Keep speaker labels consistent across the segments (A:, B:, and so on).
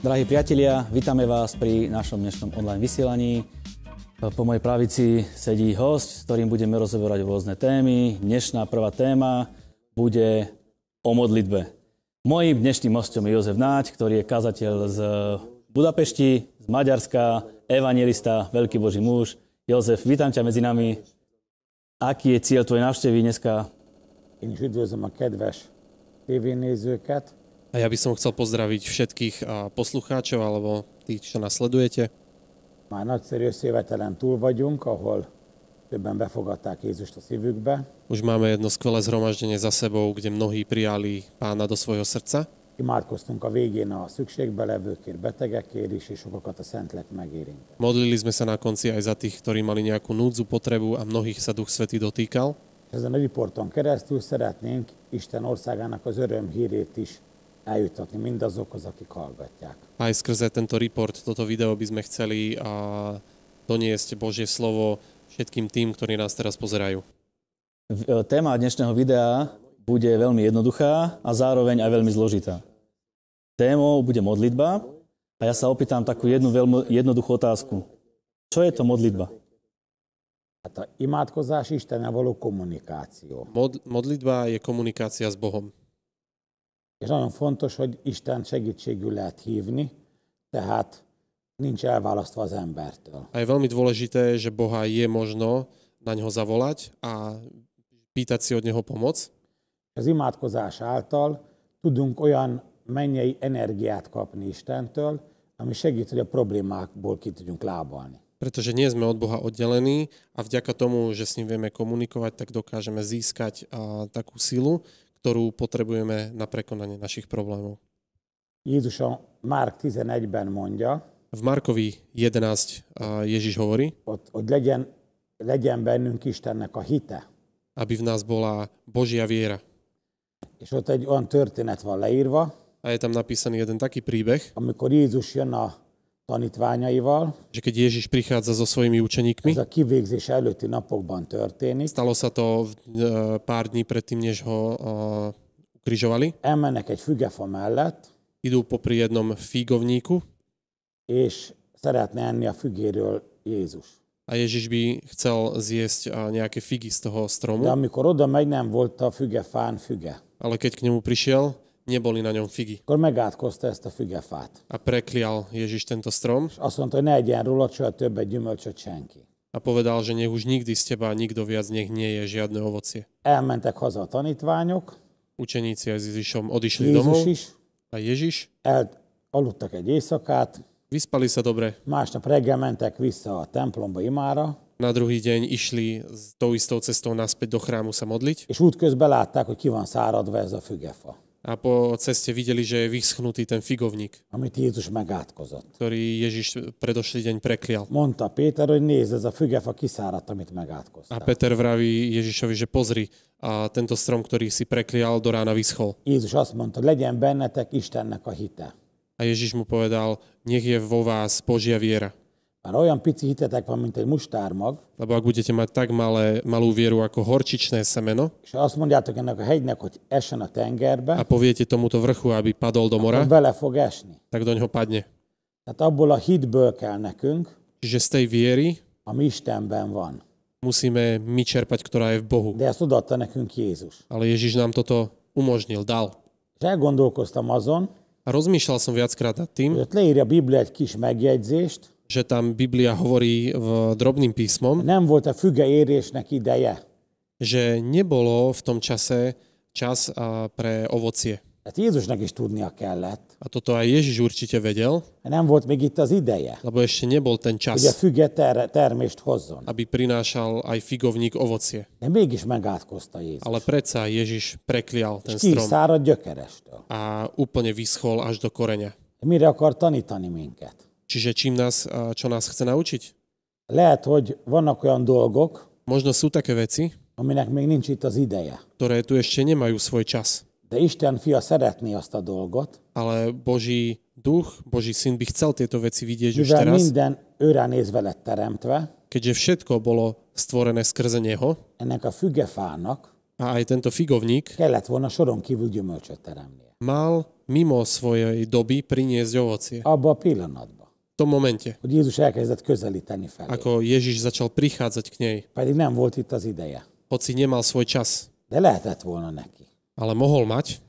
A: Drahí priatelia, vítame vás pri našom dnešnom online vysielaní. Po mojej pravici sedí host, s ktorým budeme rozoberať rôzne témy. Dnešná prvá téma bude o modlitbe. Mojím dnešným hostom je Jozef Náď, ktorý je kazateľ z Budapešti, z Maďarska, evangelista, veľký boží muž. Jozef, vítam ťa medzi nami. Aký je cieľ tvojej návštevy dneska?
B: Én is üdvözlöm a kedves tévénézőket.
C: A ja by som chcel pozdraviť všetkých a, poslucháčov alebo tých, čo nás sledujete.
B: Már nagyszerű összejövetelen túl vagyunk, ahol többen befogadták Jézust a szívükbe.
C: Už máme jedno skvelé zhromaždenie za sebou, kde mnohí prijali pána do svojho srdca.
B: Imádkoztunk a végén a szükségbe levőkért, betegekért is, és sokakat a Szentlek megérintett.
C: Modlili sme sa na konci aj za tých, ktorí mali nejakú núdzu, potrebu a mnohých sa Duch Svetý dotýkal.
B: Ezen a riporton keresztül szeretnénk Isten országának az örömhírét is eljuttatni mindazokhoz, akik hallgatják.
C: Aj skrze tento report, toto video by sme chceli a, doniesť Božie slovo všetkým tým, ktorí nás teraz pozerajú.
A: V- e, Téma dnešného videa bude veľmi jednoduchá a zároveň aj veľmi zložitá. Témou bude modlitba a ja sa opýtam takú jednu veľmi jednoduchú otázku. Čo je to modlitba?
B: Hát a imádkozás Istennel való kommunikáció.
C: Mod, modlitba je komunikácia s Bohom.
B: És nagyon fontos, hogy Isten segítségül lehet hívni, tehát nincs elválasztva az embertől.
C: A je veľmi dôležité, že Boha je možno na ňo zavolať a pýtať si od neho pomoc.
B: Az imádkozás által tudunk olyan mennyei energiát kapni Istentől, ami segít, hogy a problémákból ki tudjunk lábalni.
C: Pretože nie sme od Boha oddelení a vďaka tomu, že s ním vieme komunikovať, tak dokážeme získať a, takú silu, ktorú potrebujeme na prekonanie našich problémov.
B: Jézus a Márk 11-ben mondja,
C: V Markovi 11 a, Ježiš hovorí,
B: ott, hogy legyen, legyen bennünk Istennek a hite.
C: aby v nás bola Božia viera.
B: És ott egy olyan történet van leírva,
C: A je tam napísaný jeden taký príbeh,
B: amikor Jézus jön a tanítványaival,
C: že keď Ježiš prichádza so svojimi
B: ez
C: učeníkmi,
B: a kivégzés előtti napokban történik,
C: stalo sa to v- e, pár dní predtým, než ho a, ukrižovali,
B: elmennek egy fügefa mellett,
C: idú popri jednom fígovníku
B: és szeretne enni a fügéről Jézus.
C: a Ježiš by chcel zjesť a, nejaké figy z toho
B: De
C: stromu,
B: amikor oda megy, nem volt a fügefán füge.
C: ale keď k nemu prišiel, neboli na ňom figy.
B: Akkor megátkozta ezt a fügefát.
C: A preklial Ježiš tento strom
B: És azt mondta, hogy ne egyen róla soha többet gyümölcsöt senki.
C: a povedal, že nech už nikdy z teba nikto viac nech nie je žiadne ovocie.
B: Elmentek haza a tanítványok,
C: Učeníci aj s Ježišom odišli
B: Jézus
C: domov
B: is,
C: a Ježiš
B: el, aludtak egy éjszakát,
C: vyspali sa dobre,
B: másnap reggel mentek vissza a templomba imára,
C: na druhý deň išli s tou istou cestou naspäť do chrámu sa modliť
B: és útközben látták, hogy ki van száradva ez a fügefa,
C: a po ceste videli, že je vyschnutý ten figovník,
B: amit Jézus megátkozott.
C: ktorý Ježiš predošlý deň preklial.
B: Mondta Péter, hogy nézd, ez a fügefa kiszáradt, amit
C: A
B: megátkoztál.
C: Peter vraví Ježišovi, že pozri, a tento strom, ktorý si preklial, do rána vyschol.
B: Jézus azt mondta, legyen bennetek Istennek a hite.
C: A Ježiš mu povedal, nech je vo vás Božia viera.
B: Már olyan pici hitetek van, mint egy mustármag,
C: Lebo ak budete mať tak malé, malú vieru ako horčičné semeno
B: és ha azt mondjátok ennek a hegynek, hogy essen a
C: a
B: tengerbe,
C: poviete tomuto vrchu, aby padol do mora,
B: akkor bele fog esni.
C: tak do ňoho padne.
B: Tehát abból a hitből kell nekünk,
C: Čiže z tej viery
B: ami Istenben van.
C: musíme my čerpať, ktorá je v Bohu.
B: De ezt odaadta nekünk Jézus.
C: Ale Ježiš nám toto umožnil, dal.
B: És elgondolkoztam azon,
C: A rozmýšľal som viackrát nad
B: hogy
C: tým,
B: ott leírja a Biblia egy kis megjegyzést,
C: že tam Biblia hovorí v drobným písmom,
B: nem volt a füge érésnek ideje.
C: že nebolo v tom čase čas a, pre ovocie.
B: Ezt Jézusnak is tudnia kellett.
C: A toto aj Ježiš určite vedel,
B: Nem volt még itt az ideje,
C: lebo ešte nebol ten
B: hogy a
C: čas,
B: füge ter- termést hozzon.
C: aby prinášal aj figovník ovocie.
B: De mégis megátkozta Jézus.
C: Ale predsa Ježiš preklial ten
B: Ki
C: strom
B: szárad gyökerestől.
C: a úplne vyschol až do koreňa.
B: Mire akar tanítani minket?
C: Čiže čím nás, a, čo nás chce naučiť?
B: Lehet, hogy vannak olyan dolgok,
C: Možno sú také veci,
B: aminek még nincs itt az ideje.
C: ktoré tu ešte nemajú svoj čas.
B: De Isten fia szeretné azt a dolgot,
C: Ale Boží duch, Boží syn by chcel tieto veci vidieť už
B: mivel
C: teraz,
B: minden őre nézve lett teremtve,
C: keďže všetko bolo stvorené skrze neho
B: ennek a fügefának
C: a aj tento figovník
B: kellett volna soron kívül gyümölcsöt teremnie.
C: mal mimo svojej doby priniesť ovocie.
B: abba a pillanatban,
C: V tom momente,
B: hogy Jézus elkezdett közelíteni felé.
C: ako Ježiš začal prichádzať k nej,
B: Pedig nem volt itt az ideje.
C: hoci nemal svoj čas,
B: De lehetett volna neki.
C: ale mohol mať,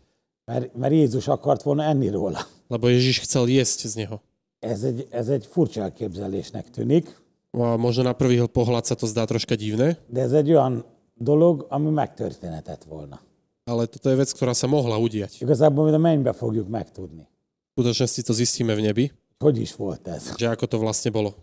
B: Mert, mert Jézus akart volna enni róla.
C: lebo Ježiš chcel jesť z neho.
B: Ez egy, ez egy furcsa elképzelésnek tűnik,
C: No A možno na prvý pohľad sa to zdá troška divné,
B: de ez egy olyan dolog, ami megtörténhetett volna.
C: ale toto je vec, ktorá sa mohla udiať.
B: Igazából mi a mennybe fogjuk megtudni,
C: V skutočnosti to zistíme v nebi,
B: hogy is volt ez.
C: že ako to vlastne bolo.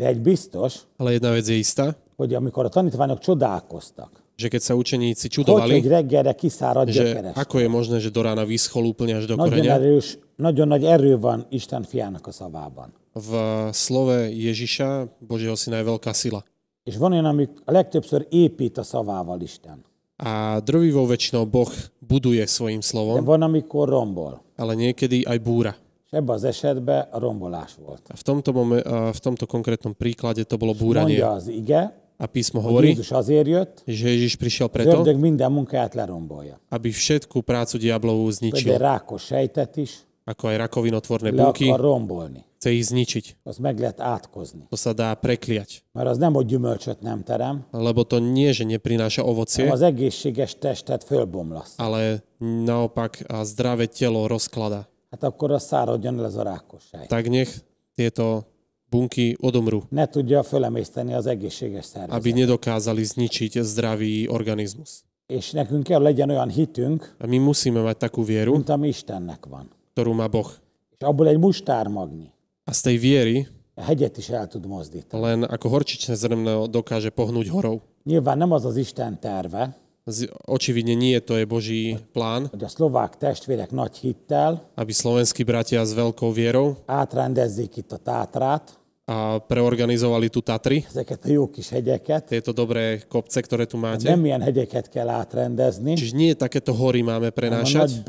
B: De egy biztos,
C: Ale jedna vec je istá,
B: hogy amikor a tanítványok csodálkoztak,
C: že keď sa učeníci
B: hogy egy
C: čudovali,
B: reggelre kiszárad
C: že
B: gyökeres.
C: ako je možné, že do rána vyschol úplne až do
B: Nagyon
C: koreňa,
B: erős, nagyon nagy erő van Isten fiának a szavában.
C: v slove Ježiša, Božieho syna, je veľká sila.
B: És van olyan, ami a legtöbbször épít a szavával Isten.
C: A drvivou väčšinou Boh buduje svojim
B: De
C: slovom,
B: van, amikor rombol.
C: ale niekedy aj búra.
B: És ebben az esetben a rombolás volt.
C: A v tomto, momen- a v tomto konkrétnom príklade to bolo búranie.
B: Mondja az ige,
C: A písmo
B: hogy
C: hovorí,
B: Jézus azért jött,
C: že Ježiš prišiel
B: az
C: preto,
B: ördög minden munkáját lerombolja.
C: aby všetku prácu diablovú
B: Például
C: zničil,
B: egy rákos sejtet is
C: ako aj rakovinotvorné
B: le
C: bunky,
B: akar rombolni.
C: chce ich zničiť.
B: Azt meg lehet átkozni.
C: To sa dá prekliať,
B: Mert az nem, hogy gyümölcsöt nem terem,
C: lebo to nie, že neprináša
B: hanem
C: ovocie,
B: az egészséges testet fölbomlasz.
C: ale naopak a zdravé telo rozklada.
B: Hát akkor az száradjon el ez a rákos sejt.
C: Tak nech tieto bunky odomrú,
B: Ne tudja fölemészteni az egészséges szervezet.
C: aby nedokázali zničiť zdravý organizmus.
B: És nekünk kell legyen olyan hitünk,
C: A my musíme mať takú vieru,
B: mint ami Istennek van.
C: ktorú má Boh.
B: És abból egy mustármagnyi
C: A z tej viery
B: a hegyet is el tud mozdítani.
C: len ako horčičné zrno dokáže pohnúť horou.
B: Nyilván nem az az Isten terve,
C: Z- Očividne nie, to je Boží plán,
B: hogy a szlovák testvérek nagy hittel
C: aby slovenskí bratia s veľkou vierou
B: átrendezzék itt a tátrát,
C: a preorganizovali tu Tatry,
B: ezeket a jó kis hegyeket.
C: tieto dobré kopce, ktoré tu máte.
B: Nem ilyen hegyeket kell átrendezni,
C: Čiže nie takéto hory máme
B: hanem a
C: prenášať,
B: nagy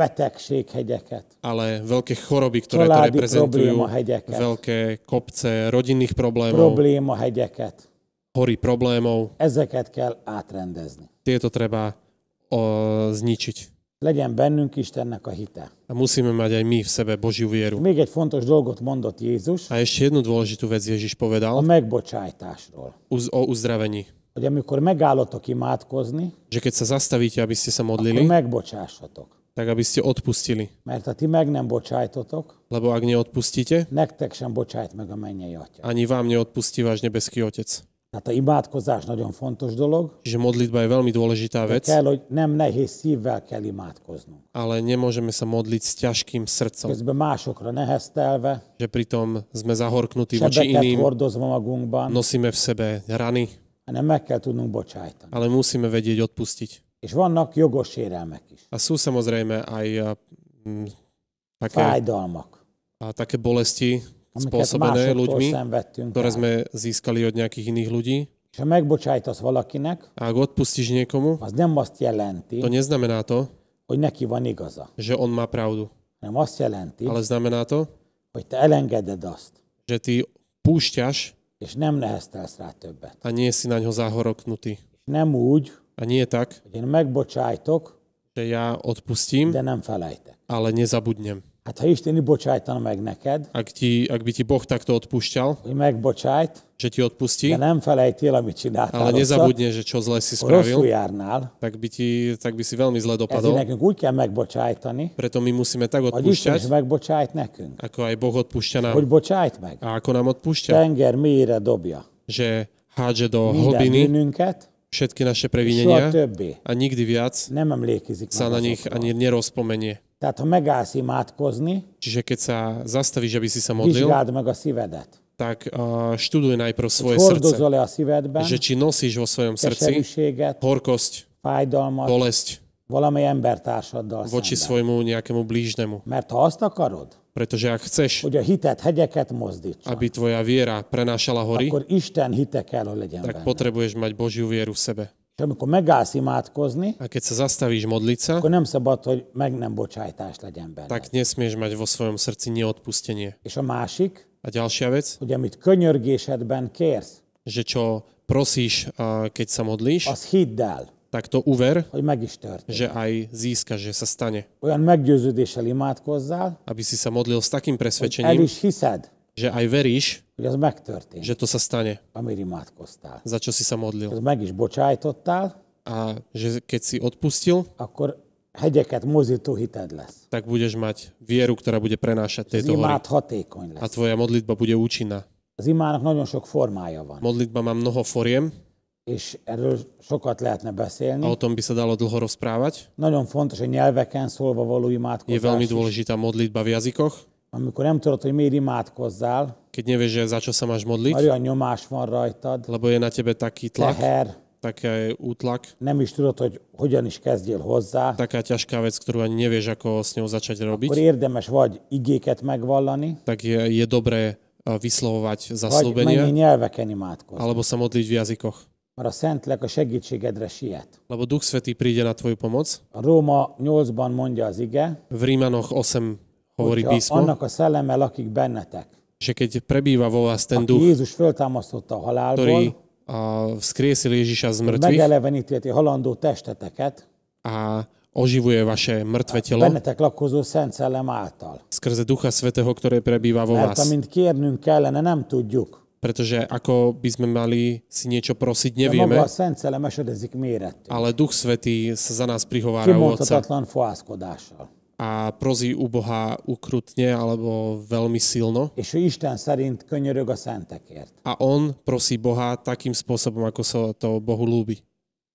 B: betegséghegyeket.
C: ale veľké choroby, ktoré to
B: Čolády,
C: reprezentujú,
B: probléma, hegyeket.
C: veľké kopce rodinných problémov,
B: probléma hegyeket.
C: hory problémov,
B: Ezeket kell átrendezni.
C: tieto treba o, zničiť.
B: Legyen bennünk Istennek a hite.
C: A musíme mať aj my v sebe Božiu vieru.
B: Még egy fontos dolgot mondott Jézus
C: A ešte jednu dôležitú vec Ježiš
B: a
C: povedal
B: megbocsájtásról.
C: uz- o uzdravení.
B: Hogy amikor megállotok imádkozni,
C: Že keď sa zastavíte, aby ste sa
B: akkor
C: modlili,
B: megbocsássatok.
C: tak aby ste odpustili.
B: Mert ha ti meg nem bocsájtotok,
C: Lebo ak neodpustíte,
B: nektek sem bocsájt meg a mennyei atya.
C: ani vám neodpustí váš nebeský Otec.
B: Tehát a imádkozás nagyon fontos dolog,
C: Čiže modlitba je veľmi dôležitá
B: de
C: vec,
B: kell, hogy nem nehéz szívvel kell imádkoznunk.
C: ale nemôžeme sa modliť s ťažkým srdcom.
B: Közben másokra neheztelve,
C: že pritom sme zahorknutí voči
B: sebeket
C: iným,
B: hordozva magunkban,
C: nosíme v sebe rany,
B: hanem meg kell tudnunk bocsájtani.
C: ale musíme vedieť odpustiť.
B: És vannak jogos sérelmek is,
C: A sú samozrejme aj a, mm, také,
B: fájdalmak,
C: a také bolesti
B: amiket
C: spôsobené
B: másoktól
C: ľuďmi,
B: szenvedtünk.
C: ktoré
B: el.
C: sme získali od nejakých iných ľudí.
B: És ha megbocsájtasz valakinek,
C: A ak odpustíš niekomu,
B: az nem azt jelenti,
C: to neznamená to,
B: hogy neki van igaza,
C: že on má pravdu,
B: hanem azt jelenti,
C: ale znamená to,
B: hogy te elengeded azt,
C: že ty púšťaš
B: és nem neheztelsz rá többet.
C: a nie si na ňo zahoroknutý.
B: Nem úgy,
C: A nie tak,
B: hogy én megbocsájtok,
C: že ja odpustím,
B: de nem felejtek.
C: ale nezabudnem.
B: Hát ha Isten bocsájtana meg neked,
C: Ak, ti, ak by ti Boh takto odpúšťal,
B: hogy megbocsájt,
C: že ti odpustí,
B: de nem felejtél, amit csináltál
C: ale
B: rosszat,
C: nezabudne, že čo zle
B: ha
C: si
B: rosszul
C: spravil,
B: járnál,
C: tak by, ti, tak by si veľmi zle
B: ezért
C: dopadol.
B: nekünk úgy kell megbocsájtani,
C: Preto my musíme tak
B: hogy Isten is
C: odpúšťať,
B: megbocsájt nekünk.
C: ako aj Boh odpúšťa
B: Hogy
C: nám.
B: bocsájt meg,
C: A ako nám odpúšťa,
B: tenger mélyére dobja
C: že hádže do
B: minden
C: hlbiny
B: bűnünket,
C: všetky naše
B: soha
C: previnenia
B: többé
C: a nikdy viac
B: nem emlékezik
C: sa
B: meg
C: na nich
B: azokról.
C: ani nerozpomenie.
B: Tehát ha megállsz imádkozni,
C: Čiže keď sa zastavíš, aby si sa modlil,
B: vizsgáld meg a szívedet.
C: tak a, študuj najprv svoje srdce.
B: Hordozol-e a szívedben
C: Že či nosíš vo svojom srdci
B: keserűséget,
C: horkosť,
B: fájdalmat
C: bolesť
B: valamely embertársaddal
C: voči
B: szemben?
C: svojmu nejakému blížnemu.
B: Mert ha azt akarod,
C: Pretože ak chceš,
B: hogy a hitet hegyeket mozdítsa,
C: aby tvoja viera prenášala hory,
B: akkor Isten hite kell, hogy legyen
C: tak
B: benne.
C: potrebuješ mať Božiu vieru v sebe.
B: És amikor megállsz imádkozni,
C: A keď sa zastavíš modliť sa,
B: akkor nem szabad, hogy meg nem bocsájtás legyen benne.
C: tak nesmieš mať vo svojom srdci neodpustenie.
B: És a másik,
C: A ďalšia vec,
B: hogy amit könyörgésedben kérsz,
C: že čo prosíš, a keď sa modlíš,
B: az hidd el,
C: tak to uver,
B: hogy meg is történik.
C: že aj získaš, že sa stane.
B: Olyan meggyőződéssel imádkozzál,
C: Aby si sa modlil s takým
B: el
C: presvedčením,
B: is hiszed,
C: že aj veríš,
B: hogy az megtörtént,
C: že to sa stane,
B: amire imádkoztál.
C: za čo si sa modlil.
B: Ez meg is bocsájtottál,
C: A že keď si odpustil,
B: akkor hegyeket mozító hited lesz.
C: tak budeš mať vieru, ktorá bude prenášať
B: Az
C: tieto hory.
B: imád hatékony
C: A
B: lesz.
C: tvoja modlitba bude účinná.
B: Az imának nagyon sok formája van,
C: Modlitba má mnoho foriem
B: és erről sokat lehetne
C: a
B: beszélni.
C: o tom by sa dalo dlho rozprávať.
B: Nagyon fontos, hogy nyelveken szólva való
C: Je veľmi
B: imádkozás, is.
C: dôležitá modlitba v jazykoch.
B: amikor nem tudod, hogy miért imádkozzál,
C: Keď nevieš, že za čo sa máš modliť,
B: olyan nyomás van rajtad,
C: lebo je na tebe taký tlak,
B: teher,
C: taký útlak,
B: nem is tudod, hogy hogyan is kezdjél hozzá,
C: taká ťažká vec, ktorú ani nevieš, ako s ňou začať
B: akkor
C: robiť,
B: érdemes vagy igéket megvallani,
C: tak je, je dobré a,
B: vagy
C: vyslovovať
B: mennyi
C: zaslúbenia
B: nyelveken imádkozni.
C: alebo sa modliť v jazykoch.
B: Mert a Szentlek a segítségedre siet.
C: Lebo Duch Svetý príde na tvoju pomoc.
B: A Róma 8-ban mondja az ige,
C: V Rímanoch 8 hovorí
B: hogyha
C: písmo,
B: annak a szelleme lakik bennetek,
C: že keď prebýva vo vás ten
B: aki
C: duch,
B: Jézus föltámasztotta a
C: ktorý
B: halálból,
C: a, vzkriesil Ježiša z mŕtvych
B: megeleveníti a halandó testeteket,
C: a oživuje vaše mŕtve telo
B: bennetek lakozó Szent Szellem által.
C: skrze Ducha Svetého, ktoré prebýva vo
B: Mert
C: vás.
B: amint kérnünk kellene, nem tudjuk.
C: Pretože ako by sme mali si niečo
B: De
C: prosiť,
B: maga
C: nevieme,
B: a Szent Szellem esedezik mérettől.
C: ale Duch Svetý sa za nás prihovára u Otca
B: Kimondhatatlan fohászkodással.
C: a prosí u Boha ukrutne alebo veľmi silno.
B: És ő Isten szerint könyörög a szentekért.
C: A on prosí Boha takým spôsobom, ako sa to Bohu ľúbi.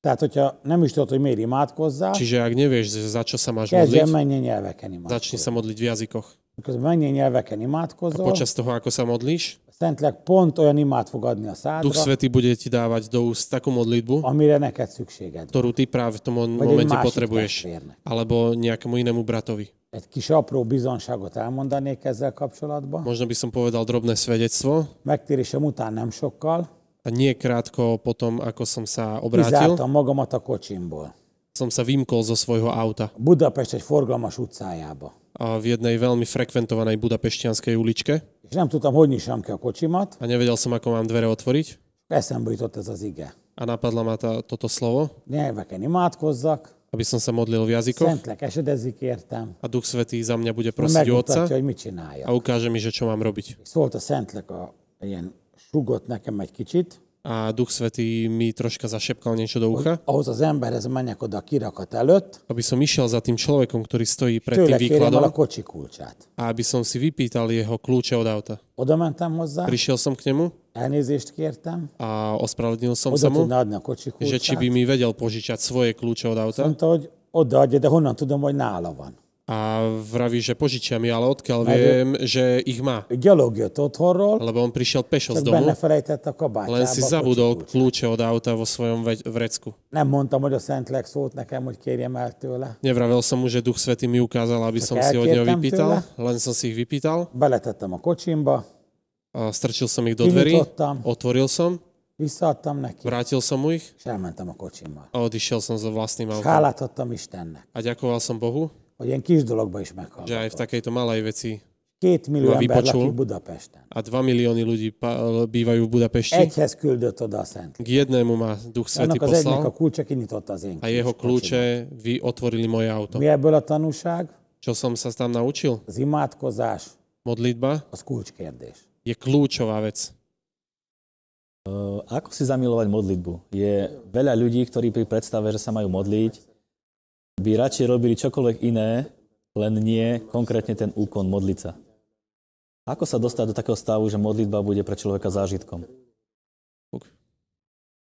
B: Tehát, hogyha nem is tudod, hogy miért imádkozzál,
C: Čiže ak nevieš, že za čo sa máš
B: kezdj el
C: modliť,
B: mennyi nyelveken imádkozni.
C: začni sa modliť v jazykoch.
B: Miközben mennyi nyelveken imádkozol,
C: Počas toho, ako sa modlíš,
B: a Szentlek pont olyan imát fog adni a
C: Duch
B: szádra,
C: Svetý bude ti dávať do úst takú modlitbu,
B: amire neked szükséged van.
C: ktorú ty práve v tom
B: Vagy egy
C: momente
B: másik
C: potrebuješ.
B: testvérnek.
C: Alebo nejakému inému bratovi.
B: Egy kis apró bizonságot elmondanék ezzel kapcsolatban.
C: Možno by som povedal drobné svedectvo.
B: Megtérésem után nem sokkal
C: A nie krátko potom, ako som sa obrátil,
B: kizártam magamat a kocsimból.
C: som sa vymkol zo svojho auta
B: A Budapest egy forgalmas utcájába.
C: a v jednej veľmi frekventovanej budapeštianskej uličke
B: És nem tudtam, hogy nyissam ki a kocsimat.
C: a nevedel som, ako mám dvere otvoriť
B: Eszembe jutott ez az ige.
C: a napadla ma tá, toto slovo,
B: Nyelveken imádkozzak,
C: aby som sa modlil v jazykoch
B: Szentlek esedezik értem,
C: a Duch Svetý za mňa
B: és
C: bude prosiť u Otca
B: megmutatja, hogy mit
C: a
B: csinálja.
C: ukáže mi, že čo mám robiť.
B: Szólt a Szentlek a ilyen sugott nekem egy kicsit,
C: A Duch Svetý mi troška zašepkal niečo do ucha,
B: ahhoz az emberhez menjek oda a kirakat előtt,
C: aby som išiel za tým človekom, ktorý stojí pred
B: tőle
C: tým
B: kérjem el a
C: výkladom
B: kocsi kulcsát.
C: a aby som si vypýtal jeho kľúče od auta.
B: Oda mentem hozzá,
C: Prišiel som k nemu
B: elnézést kértem,
C: a ospravedlnil som
B: oda
C: sa mu,
B: tudna adni a kocsi
C: že či
B: kulcsát.
C: by mi vedel požičať svoje kľúče od auta
B: Mondta, hogy odaadja, de honnan tudom, hogy nála van.
C: a vraví, že požičia mi, ale odkiaľ viem, že ich má.
B: Ő gyalog jött otthonról,
C: Lebo on prišiel pešo z
B: csak benne
C: domu,
B: felejtett a kabátjába
C: len si
B: a
C: zabudol
B: kocsikulcsot.
C: kľúče od auta vo svojom ve- vrecku.
B: Nem mondtam, hogy a Szentlek szólt nekem, hogy kérjem el tőle. Nevravel.
C: Vravel som mu, že Duch Svetý mi ukázal, aby som si od
B: elkértem
C: neho vypýtal,
B: tőle.
C: len som si ich vypýtal,
B: Beletettem a kocsimba,
C: a strčil som ich do dverí,
B: Vynyitottam.
C: otvoril som,
B: visszaadtam neki,
C: vrátil som mu ich
B: és elmentem a kocsimmal.
C: a odišiel som so vlastným
B: És
C: autom.
B: hálát adtam Istennek,
C: A ďakoval som Bohu,
B: hogy ilyen kis dologba is
C: že aj v
B: meghallgatott.
C: takejto malej veci
B: Két millió
C: Robi
B: ember
C: Pacsó.
B: lakik Budapesten.
C: a 2 milióny ľudí pa- bývajú v Budapešti,
B: Egyhez küldött oda a Szentlek.
C: k jednému ma Duch Svetý
B: Annak az egynek a
C: poslal
B: kulcsa kinyitotta az én
C: a jeho
B: kis kocsimat.
C: kľúče vy otvorili moje auto.
B: Mi ebből a tanúság?
C: Čo som sa tam naučil?
B: Az imádkozás
C: Modlitba
B: az kulcskérdés.
C: je kľúčová vec.
A: Eh, Ako si zamilovať modlitbu? Je veľa ľudí, ktorí pri predstave, že sa majú modliť, by radšej robili čokoľvek iné, len nie konkrétne ten úkon modliť sa. Ako sa dostať do takého stavu, že modlitba bude pre človeka zážitkom?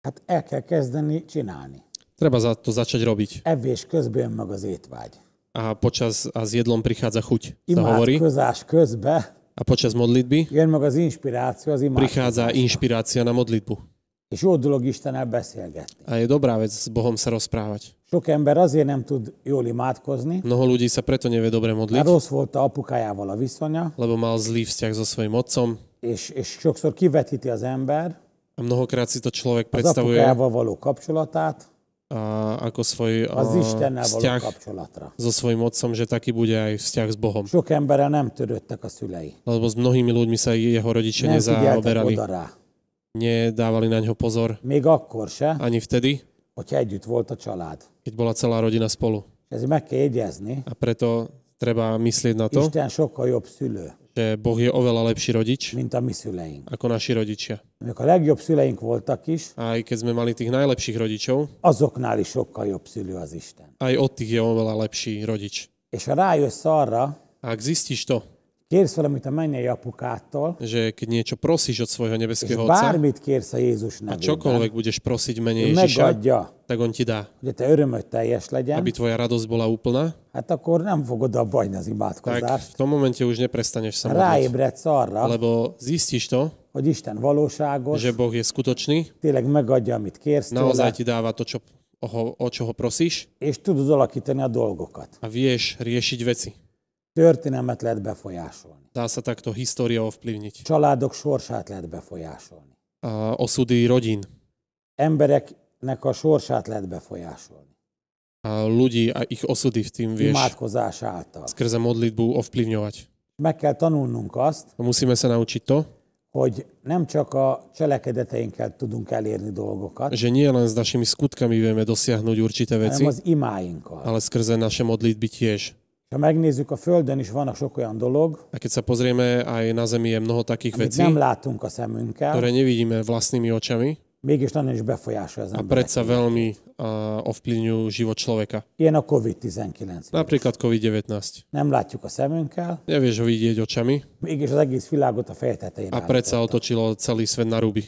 B: Hát el kell kezdeni csinálni.
C: Treba za to začať robiť.
B: Evés közben jön meg az étvágy.
C: A počas a s jedlom prichádza chuť, sa hovorí.
B: Imádkozás közben
C: A počas modlitby
B: jön meg az inspiráció, az
C: prichádza
B: imádkozás.
C: inšpirácia na modlitbu.
B: És jó dolog Istennel beszélgetni.
C: A je dobrá vec s Bohom sa rozprávať.
B: Sok ember azért nem tud jól imádkozni,
C: Mnoho ľudí sa preto nevie dobre
B: mert
C: modliť,
B: rossz volt a apukájával a viszonya,
C: lebo mal zlý vzťah so svojím otcom
B: és, és sokszor kivetíti az ember
C: a mnohokrát si to
B: az
C: človek predstavuje a,
B: apukájával való kapcsolatát
C: ako svoj a,
B: az Istennel való
C: vzťah
B: kapcsolatra.
C: so svojím otcom, že taký bude aj vzťah s Bohom.
B: Sok emberrel nem törődtek a szülei.
C: Lebo s mnohými ľuďmi sa jeho rodičia
B: Nem figyeltek
C: nezaoberali,
B: oda rá.
C: nedávali na ňo pozor
B: Még akkor se,
C: ani vtedy,
B: hogyha együtt volt a család.
C: keď bola celá rodina spolu.
B: És ezért meg kell jegyezni,
C: A preto treba myslieť na to,
B: Isten sokkal jobb szülő,
C: že Boh je oveľa lepší rodič
B: mint a mi szüleink.
C: ako naši rodičia.
B: Amikor a legjobb szüleink voltak is,
C: A aj keď sme mali tých najlepších rodičov,
B: azoknál is sokkal jobb szülő az Isten.
C: aj od tých je oveľa lepší rodič.
B: És ha rájössz arra,
C: A ak zistíš to,
B: kérsz valamit a mennyei apukától,
C: že keď niečo prosíš od svojho
B: és
C: nebeského Otca,
B: bármit kérsz a Jézus
C: a
B: nevében,
C: čokoľvek budeš prosiť mene Ježiša,
B: megadja,
C: tak On ti dá.
B: hogy a te örömöd teljes legyen,
C: Aby tvoja radosť bola úplná,
B: hát akkor nem fogod abba hagyni az
C: tak
B: imádkozást.
C: v tom momente už neprestaneš sa modliť.
B: Ráébredsz arra,
C: Lebo zistíš to,
B: hogy Isten valóságos,
C: že Boh je skutočný,
B: tényleg megadja, amit kérsz tőle,
C: naozaj ti dáva to, čo, o, ho- o čo ho prosíš
B: és tudod alakítani a dolgokat.
C: a vieš riešiť veci.
B: Történelmet lehet befolyásolni.
C: Dá sa takto história ovplyvniť.
B: Családok sorsát lehet befolyásolni.
C: A osudy rodín,
B: Embereknek a sorsát lehet befolyásolni.
C: a ľudí a ich osudy v tým vieš
B: Imádkozás által.
C: skrze modlitbu ovplyvňovať.
B: Meg kell tanulnunk azt,
C: Musíme sa naučiť to,
B: hogy nem csak a cselekedeteinkkel tudunk elérni dolgokat,
C: že nie len s našimi skutkami vieme dosiahnuť určité veci,
B: hanem az imáinkkal.
C: ale skrze naše modlitby tiež.
B: Ha megnézzük, a Földön is van a sok olyan dolog,
C: A keď sa pozrieme, aj na Zemi je mnoho takých
B: amit
C: vecí,
B: nem látunk a szemünkkel,
C: ktoré nevidíme vlastnými očami
B: mégis nagyon is befolyásolja az
C: a
B: emberek.
C: predsa veľmi a, ovplyvňujú život človeka.
B: Ilyen a COVID-19. vírus.
C: Napríklad COVID-19.
B: Nem látjuk a szemünkkel,
C: Nevieš ho vidieť očami
B: mégis az egész világot a feje tetejére
C: a predsa otočilo celý svet na ruby.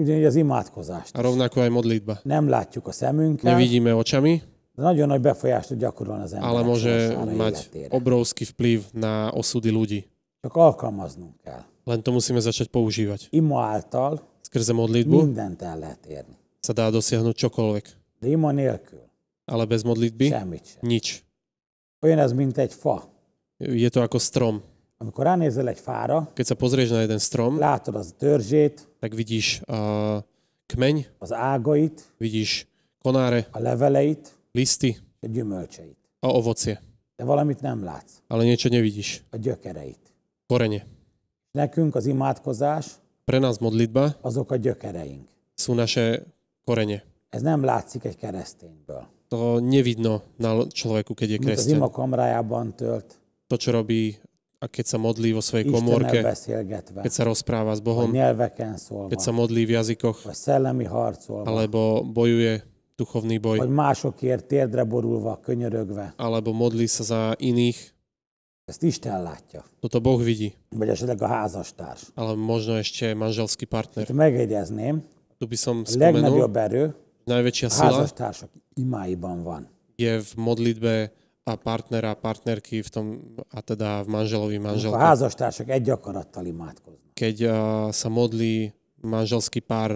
B: Ugyanígy az imádkozást.
C: A rovnako aj modlitba.
B: Nem látjuk a szemünkkel,
C: Nevidíme očami,
B: de nagyon nagy befolyást tud gyakorolni az ember
C: ale môže
B: sorsára,
C: mať
B: életére.
C: obrovský vplyv na osudy ľudí.
B: Csak alkalmaznunk kell.
C: Len to musíme začať používať.
B: Ima által
C: Skrze modlitbu
B: mindent el lehet érni.
C: sa dá dosiahnuť čokoľvek.
B: De ima nélkül
C: Ale bez modlitby
B: semmit sem.
C: nič.
B: Olyan ez, mint egy fa.
C: Je to ako strom.
B: Amikor ránézel egy fára,
C: Keď sa pozrieš na jeden strom,
B: látod az törzsét,
C: tak vidíš a, kmeň,
B: az ágait,
C: vidíš konáre,
B: a leveleit,
C: listy
B: a gyümölcseit.
C: a ovocie.
B: De valamit nem látsz,
C: Ale niečo nevidíš.
B: a gyökereit.
C: Korene.
B: Nekünk az imádkozás
C: Pre nás modlitba
B: azok a gyökereink.
C: sú naše korene.
B: Ez nem látszik egy keresztényből.
C: To nevidno na l- človeku, keď je
B: Mint az
C: kresťan.
B: ima kamrájában tölt,
C: To, čo robí, a keď sa modlí vo svojej
B: Istennel
C: komórke,
B: beszélgetve,
C: keď sa rozpráva s
B: vagy
C: Bohom,
B: nyelveken szólva,
C: keď sa modlí v jazykoch,
B: vagy szellemi harcolva,
C: alebo bojuje duchovný
B: vagy
C: boj,
B: másokért térdre borulva, könyörögve.
C: alebo modlí sa za iných.
B: Ezt Isten látja,
C: Toto Boh vidí.
B: vagy esetleg a házastárs.
C: Ale možno ešte manželský partner.
B: Itt megjegyezném,
C: Tu by som
B: a
C: spomenul,
B: legnagyobb erő
C: najväčšia
B: a
C: sila
B: házastársak imáiban van.
C: je v modlitbe a partnera a partnerky v tom, a teda v manželovi
B: A
C: manželke.
B: házastársak egy akarattal imádkoznak.
C: Keď a, sa modlí manželský pár,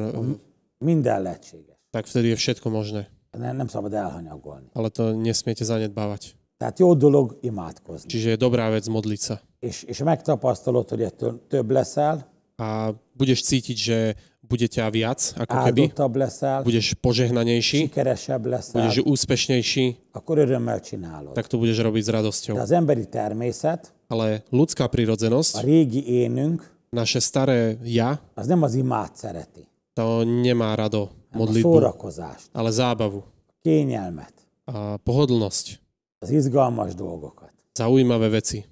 B: Minden lehetséges.
C: tak vtedy je všetko možné.
B: Ne- Nem szabad elhanyagolni.
C: Ale to nesmiete zanedbávať.
B: Tehát jó dolog imádkozni.
C: Čiže je dobrá vec modliť sa.
B: És, és megtapasztalod, hogy ettől több leszel,
C: A budeš cítiť, že bude ťa viac, ako keby.
B: áldottabb leszel,
C: Budeš požehnanejší,
B: sikeresebb leszel,
C: budeš úspešnejší,
B: akkor örömmel csinálod.
C: tak to budeš robiť s radosťou.
B: De az emberi természet,
C: Ale
B: a
C: ľudská prirodzenosť,
B: régi énünk,
C: naše staré ja,
B: az nem az imát szereti,
C: to nemá rado
B: hanem a
C: modlitbu,
B: szórakozást,
C: ale zábavu
B: a kényelmet,
C: a pohodlnosť,
B: az izgalmas dolgokat.
C: zaujímavé veci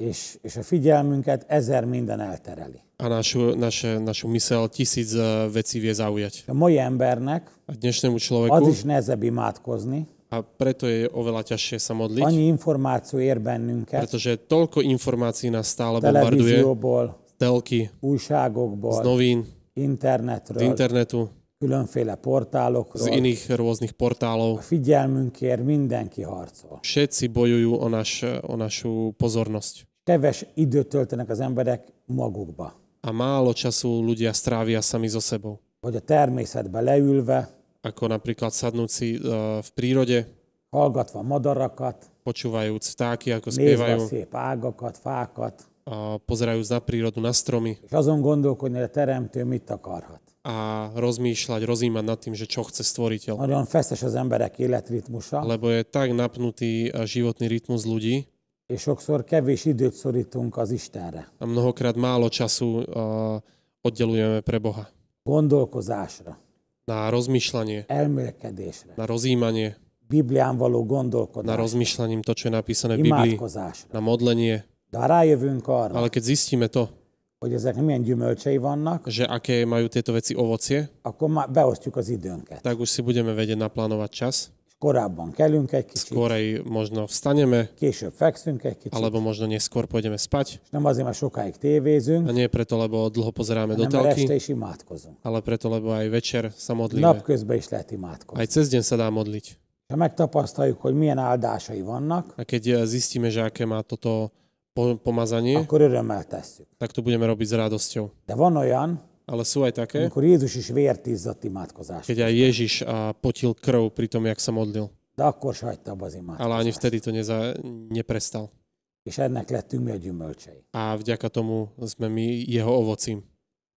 B: És, és a figyelmünket ezer minden eltereli.
C: a našu, naše, našu mysel tisíc eh, vecí vie zaujať.
B: A mai embernek
C: A dnešnému
B: az
C: človeku
B: is nehezebb imádkozni,
C: a preto je oveľa ťažšie sa modliť,
B: annyi információ ér bennünket,
C: pretože toľko informácií nás stále bombarduje,
B: televízióból,
C: z telky, z
B: újságokból,
C: novín, z
B: internetről,
C: internetu,
B: különféle
C: z
B: portálokról.
C: iných rôznych
B: A
C: portálov.
B: figyelmünkért mindenki harcol.
C: Všetci bojujú o, naš, o našu pozornosť.
B: Keves időt töltenek az emberek magukba,
C: A málo času ľudia strávia sami so sebou.
B: vagy a természetbe leülve,
C: Ako napríklad sadnúť si eh, v prírode,
B: hallgatva madarakat,
C: počúvajúc vtáky, ako
B: nézve a
C: spievajú,
B: szép ágakat, fákat,
C: a pozerajúc na prírodu, na stromy
B: és azon gondolkodni, hogy a teremtő mit akarhat.
C: a rozmýšľať, rozímať nad tým, že čo chce stvoriteľ.
B: Nagyon feszes az emberek életritmusa,
C: Lebo je tak napnutý eh, životný rytmus ľudí
B: és sokszor kevés időt szorítunk az Istenre.
C: a mnohokrát málo času eh, oddelujeme pre Boha.
B: Gondolkozásra,
C: na rozmýšľanie,
B: elmélkedésre,
C: na rozímanie,
B: Biblián való
C: na
B: gondolkodásra,
C: rozmýšľaním to, čo je napísané v Biblii,
B: imádkozásra.
C: na modlenie.
B: De ha rájövünk arra,
C: Ale keď zistíme to,
B: hogy ezeknek milyen gyümölcsei vannak,
C: že aké majú tieto veci ovocie,
B: akkor már beosztjuk az időnket.
C: tak už si budeme vedieť naplánovať čas.
B: És korábban kelünk egy kicsit,
C: Skorej možno vstaneme,
B: később fekszünk egy kicsit,
C: alebo možno neskôr pôjdeme spať.
B: és nem azért, mert sokáig
C: A
B: tévézünk,
C: nie preto, lebo dlho pozeráme do
B: hanem mert este
C: telky,
B: is imádkozunk.
C: ale preto, lebo aj večer sa modlíme.
B: Napközben is lehet imádkozni.
C: Aj cez deň sa dá modliť.
B: Ha megtapasztaljuk, hogy milyen áldásai vannak,
C: A keď eh, zistíme, že aké má toto po- pomazanie,
B: akkor örömmel tesszük.
C: tak to budeme robiť s radosťou.
B: De van olyan,
C: Ale sú aj také,
B: amikor Jézus is vért izzadt imádkozás,
C: keď aj Ježiš a potil krv pri tom, jak sa modlil.
B: de akkor se hagyta abba az
C: Ale ani
B: imádkozást.
C: vtedy to neza, neprestal.
B: És ennek lettünk mi a gyümölcsei.
C: A vďaka tomu sme my jeho ovocím.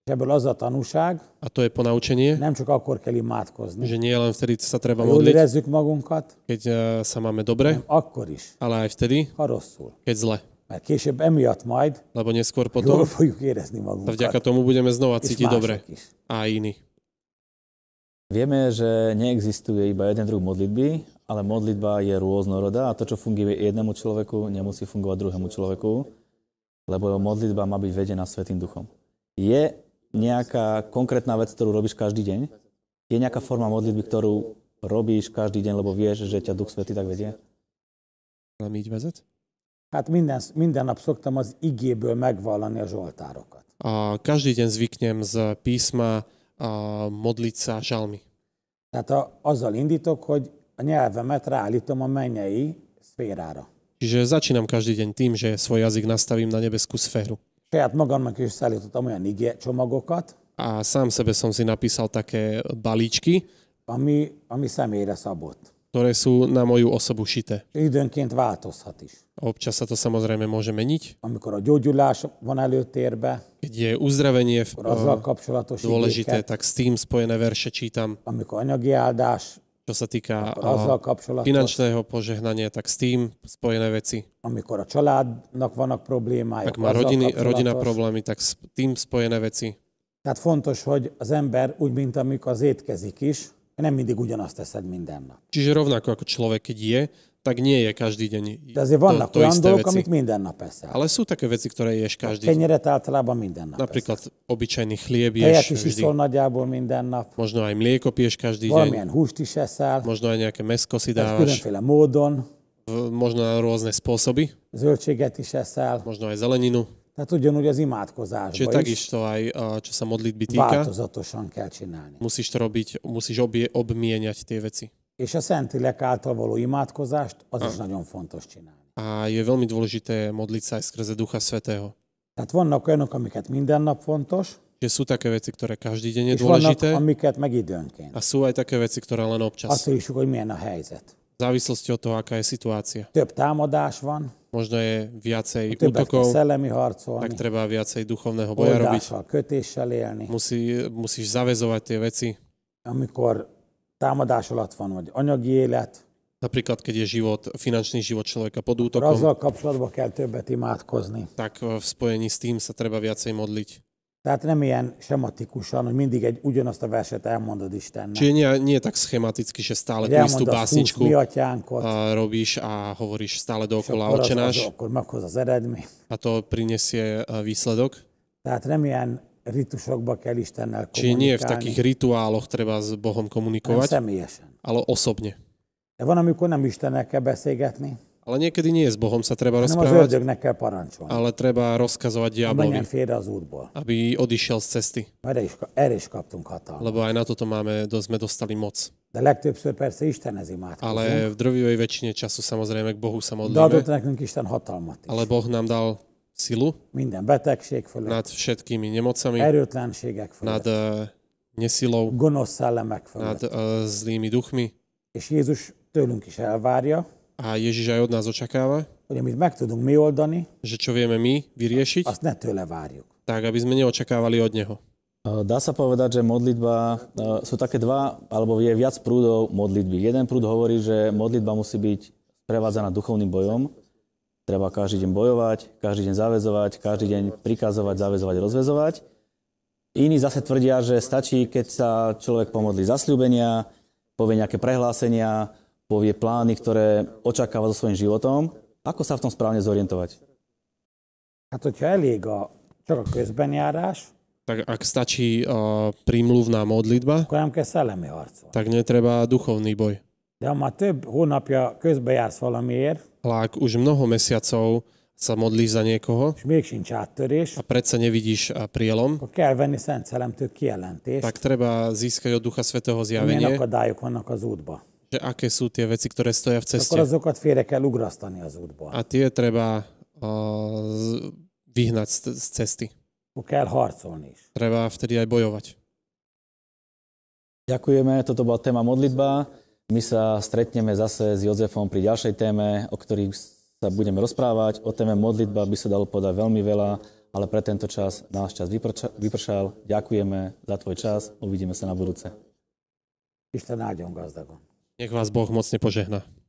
B: És ebből az a tanúság,
C: A to je ponaučenie,
B: nem csak akkor kell imádkozni,
C: že nie len vtedy sa
B: ha
C: treba
B: jól
C: modliť,
B: érezzük magunkat,
C: keď eh, sa máme dobre,
B: hanem akkor is,
C: ale aj vtedy,
B: ha rosszul.
C: keď zle.
B: Mert később emiatt majd
C: Lebo neskôr
B: jól
C: potom
B: fogjuk érezni
C: sa vďaka
B: magunkat.
C: tomu budeme znova
B: És
C: cítiť dobre.
B: mások is.
C: A iní.
A: Vieme, že neexistuje iba jeden druh modlitby, ale modlitba je rôznorodá a to, čo funguje jednému človeku, nemusí fungovať druhému človeku, lebo modlitba má byť vedená Svetým duchom. Je nejaká konkrétna vec, ktorú robíš každý deň? Je nejaká forma modlitby, ktorú robíš každý deň, lebo vieš, že ťa Duch Svetý tak vedie?
C: Nám íď vezet?
B: Hát minden, minden nap szoktam az igéből megvallani a zsoltárokat.
C: A každý deň zvyknem z písma a modliť sa žalmy.
B: Tehát a, azzal indítok, hogy a nyelvemet ráállítom a mennyei szférára.
C: Čiže začínam každý deň tým, že svoj jazyk nastavím na nebeskú sféru.
B: Saját magamnak is szállítottam olyan igé csomagokat,
C: A sám sebe som si napísal také balíčky,
B: ami, ami személyre szabott.
C: ktoré sú na moju osobu šité.
B: És időnként változhat is.
C: Občas sa to samozrejme môže meniť.
B: Amikor a gyógyulás van előtérbe,
C: Keď je uzdravenie v, e,
B: akkor azzal kapcsolatos
C: dôležité,
B: igéket,
C: tak s tým spojené verše čítam.
B: amikor anyagi áldás,
C: Čo sa týka
B: akkor azzal
C: a,
B: kapcsolatos,
C: finančného požehnania, tak s tým spojené veci.
B: amikor a családnak vannak problémája,
C: Ak
B: akkor
C: má
B: azzal
C: rodiny, rodina
B: kapcsolatos.
C: problémy, tak s tým spojené veci.
B: Tehát fontos, hogy az ember úgy, mint amikor az étkezik is, nem mindig ugyanazt teszed minden nap.
C: Čiže rovnako ako človek, keď je, tak nie je každý deň
B: De azért vannak
C: to, to
B: olyan
C: isté
B: dolgok,
C: veci.
B: amit minden nap eszel.
C: Ale sú také veci, ktoré ješ každý deň.
B: Kenyeret általában minden nap eszel.
C: Napríklad obyčajný chlieb
B: Tejet
C: ješ
B: is
C: vždy.
B: iszol nagyjából minden nap,
C: Možno aj mlieko piješ každý
B: valamilyen
C: deň.
B: húst is eszel,
C: Možno aj nejaké mesko si
B: tehát
C: dávaš.
B: különféle módon,
C: v- Možno na rôzne spôsoby.
B: zöldséget is eszel,
C: Možno aj zeleninu.
B: tehát ugyanúgy az
C: Čiže
B: imádkozásban is
C: takisto aj, a, čo sa modlitby týka,
B: változatosan kell csinálni.
C: musíš to robiť, musíš obie, obmieniať tie veci.
B: És a Szentlélek által való imádkozást, az is nagyon fontos csinálni.
C: A je veľmi dôležité modliť sa aj skrze Ducha Svetého.
B: Tehát vannak olyanok, amiket minden nap fontos,
C: Že sú také veci, ktoré každý deň je
B: és vannak,
C: dôležité
B: amiket meg időnként.
C: a sú aj také veci, ktoré len občas.
B: Attól is, függ, hogy milyen a helyzet.
C: V závislosti od toho, aká je situácia.
B: Több támadás van,
C: Možno je viacej
B: többet kell
C: útokov,
B: szellemi harcolni,
C: tak treba viacej duchovného boja robiť.
B: oldással, kötéssel élni.
C: Musí, musíš zavezovať tie veci.
B: Amikor támadás alatt van, vagy anyagi élet,
C: Napríklad, keď je život, finančný život človeka pod
B: akkor
C: útokom,
B: azzal kapcsolatban kell többet imádkozni.
C: tak e, v spojení s tým sa treba viacej modliť.
B: Tehát nem ilyen sematikusan, hogy mindig egy ugyanazt a verset elmondod Istennek.
C: Čiže nie, nie tak schematicky, že stále
B: Hogy
C: tú istú
B: elmondod a húsz mi
C: básničku
B: atyánkot,
C: a, robíš a hovoríš
B: és
C: stále dookola
B: akkor, az, az,
C: očenáš
B: akkor meghoz az eredmény.
C: a to prinesie e, výsledok.
B: Tehát nem ilyen ritusokba kell Istennel
C: Čiže nie v
B: kommunikálni,
C: takých rituáloch treba s
B: hanem
C: Bohom komunikovať,
B: személyesen.
C: ale osobne.
B: De van, amikor nem Istennel kell beszélgetni,
C: Ale niekedy nie s Bohom sa treba
B: hanem az
C: rozprávať,
B: ördögnek kell parancsolni.
C: ale treba rozkazovať
B: Ha
C: diablovi,
B: menjen félre az útból.
C: aby odišiel z cesty.
B: Erre is, erre is kaptunk hatalmat.
C: Lebo aj na toto máme, do- sme dostali moc.
B: De legtöbbször persze Istenhez imádkozunk.
C: Ale v drvivej väčšine času samozrejme k Bohu sa
B: De adott
C: modlíme,
B: nekünk Isten hatalmat is.
C: ale Boh nám dal silu
B: Minden betegség fölött,
C: nad všetkými nemocami,
B: erőtlenségek fölött,
C: nad eh, nesilou,
B: gonosz szellemek
C: nad
B: fölött.
C: eh, zlými duchmi.
B: És Jézus tőlünk is elvárja,
C: A Ježiš aj od nás očakáva,
B: hogy amit meg tudunk mi oldani,
C: že čo vieme my vyriešiť,
B: azt ne tőle várjuk.
C: tak aby sme neočakávali od Neho.
A: E, Dá sa povedať, že modlitba, e, sú také dva, alebo je viac prúdov modlitby. Jeden prúd hovorí, že modlitba musí byť prevádzaná duchovným bojom. Treba každý deň bojovať, každý deň zavezovať, každý deň prikazovať, zavezovať, rozvezovať. Iní zase tvrdia, že stačí, keď sa človek pomodlí za sľúbenia, povie nejaké prehlásenia, povie plány, ktoré očakáva so svojím životom. Ako sa v tom správne zorientovať?
B: Hát, hogyha elég a, csak a közbenjárás,
C: Tak ak stačí uh, prímluvná modlitba,
B: akkor nem kell szellemi harcol.
C: tak netreba duchovný boj.
B: De ha már több hónapja közbejársz valamiért,
C: Ale ak už mnoho mesiacov sa modlíš za niekoho
B: és még sincs áttörés,
C: a predsa nevidíš a prielom,
B: akkor kell venni Szent Szellemtől kijelentést,
C: tak treba získať od Ducha Svetého
B: milyen
C: zjavenie,
B: akadályok vannak az útba.
C: že aké sú tie veci, ktoré stoja v ceste.
B: Akkor azokat félre kell ugrasztani az útba.
C: A tie treba uh, z- vyhnať z, z cesty.
B: Akkor kell harcolni is.
C: Treba vtedy aj bojovať.
A: Ďakujeme, toto bola téma modlitba. My sa stretneme zase s Jozefom pri ďalšej téme, o ktorých sa budeme rozprávať. O téme modlitba by sa dalo podať veľmi veľa, ale pre tento čas náš čas vyprča- vypršal. Ďakujeme za tvoj čas, uvidíme sa na budúce.
B: Isten áldjon gazdagon.
C: Nech vás Boh mocne požehná.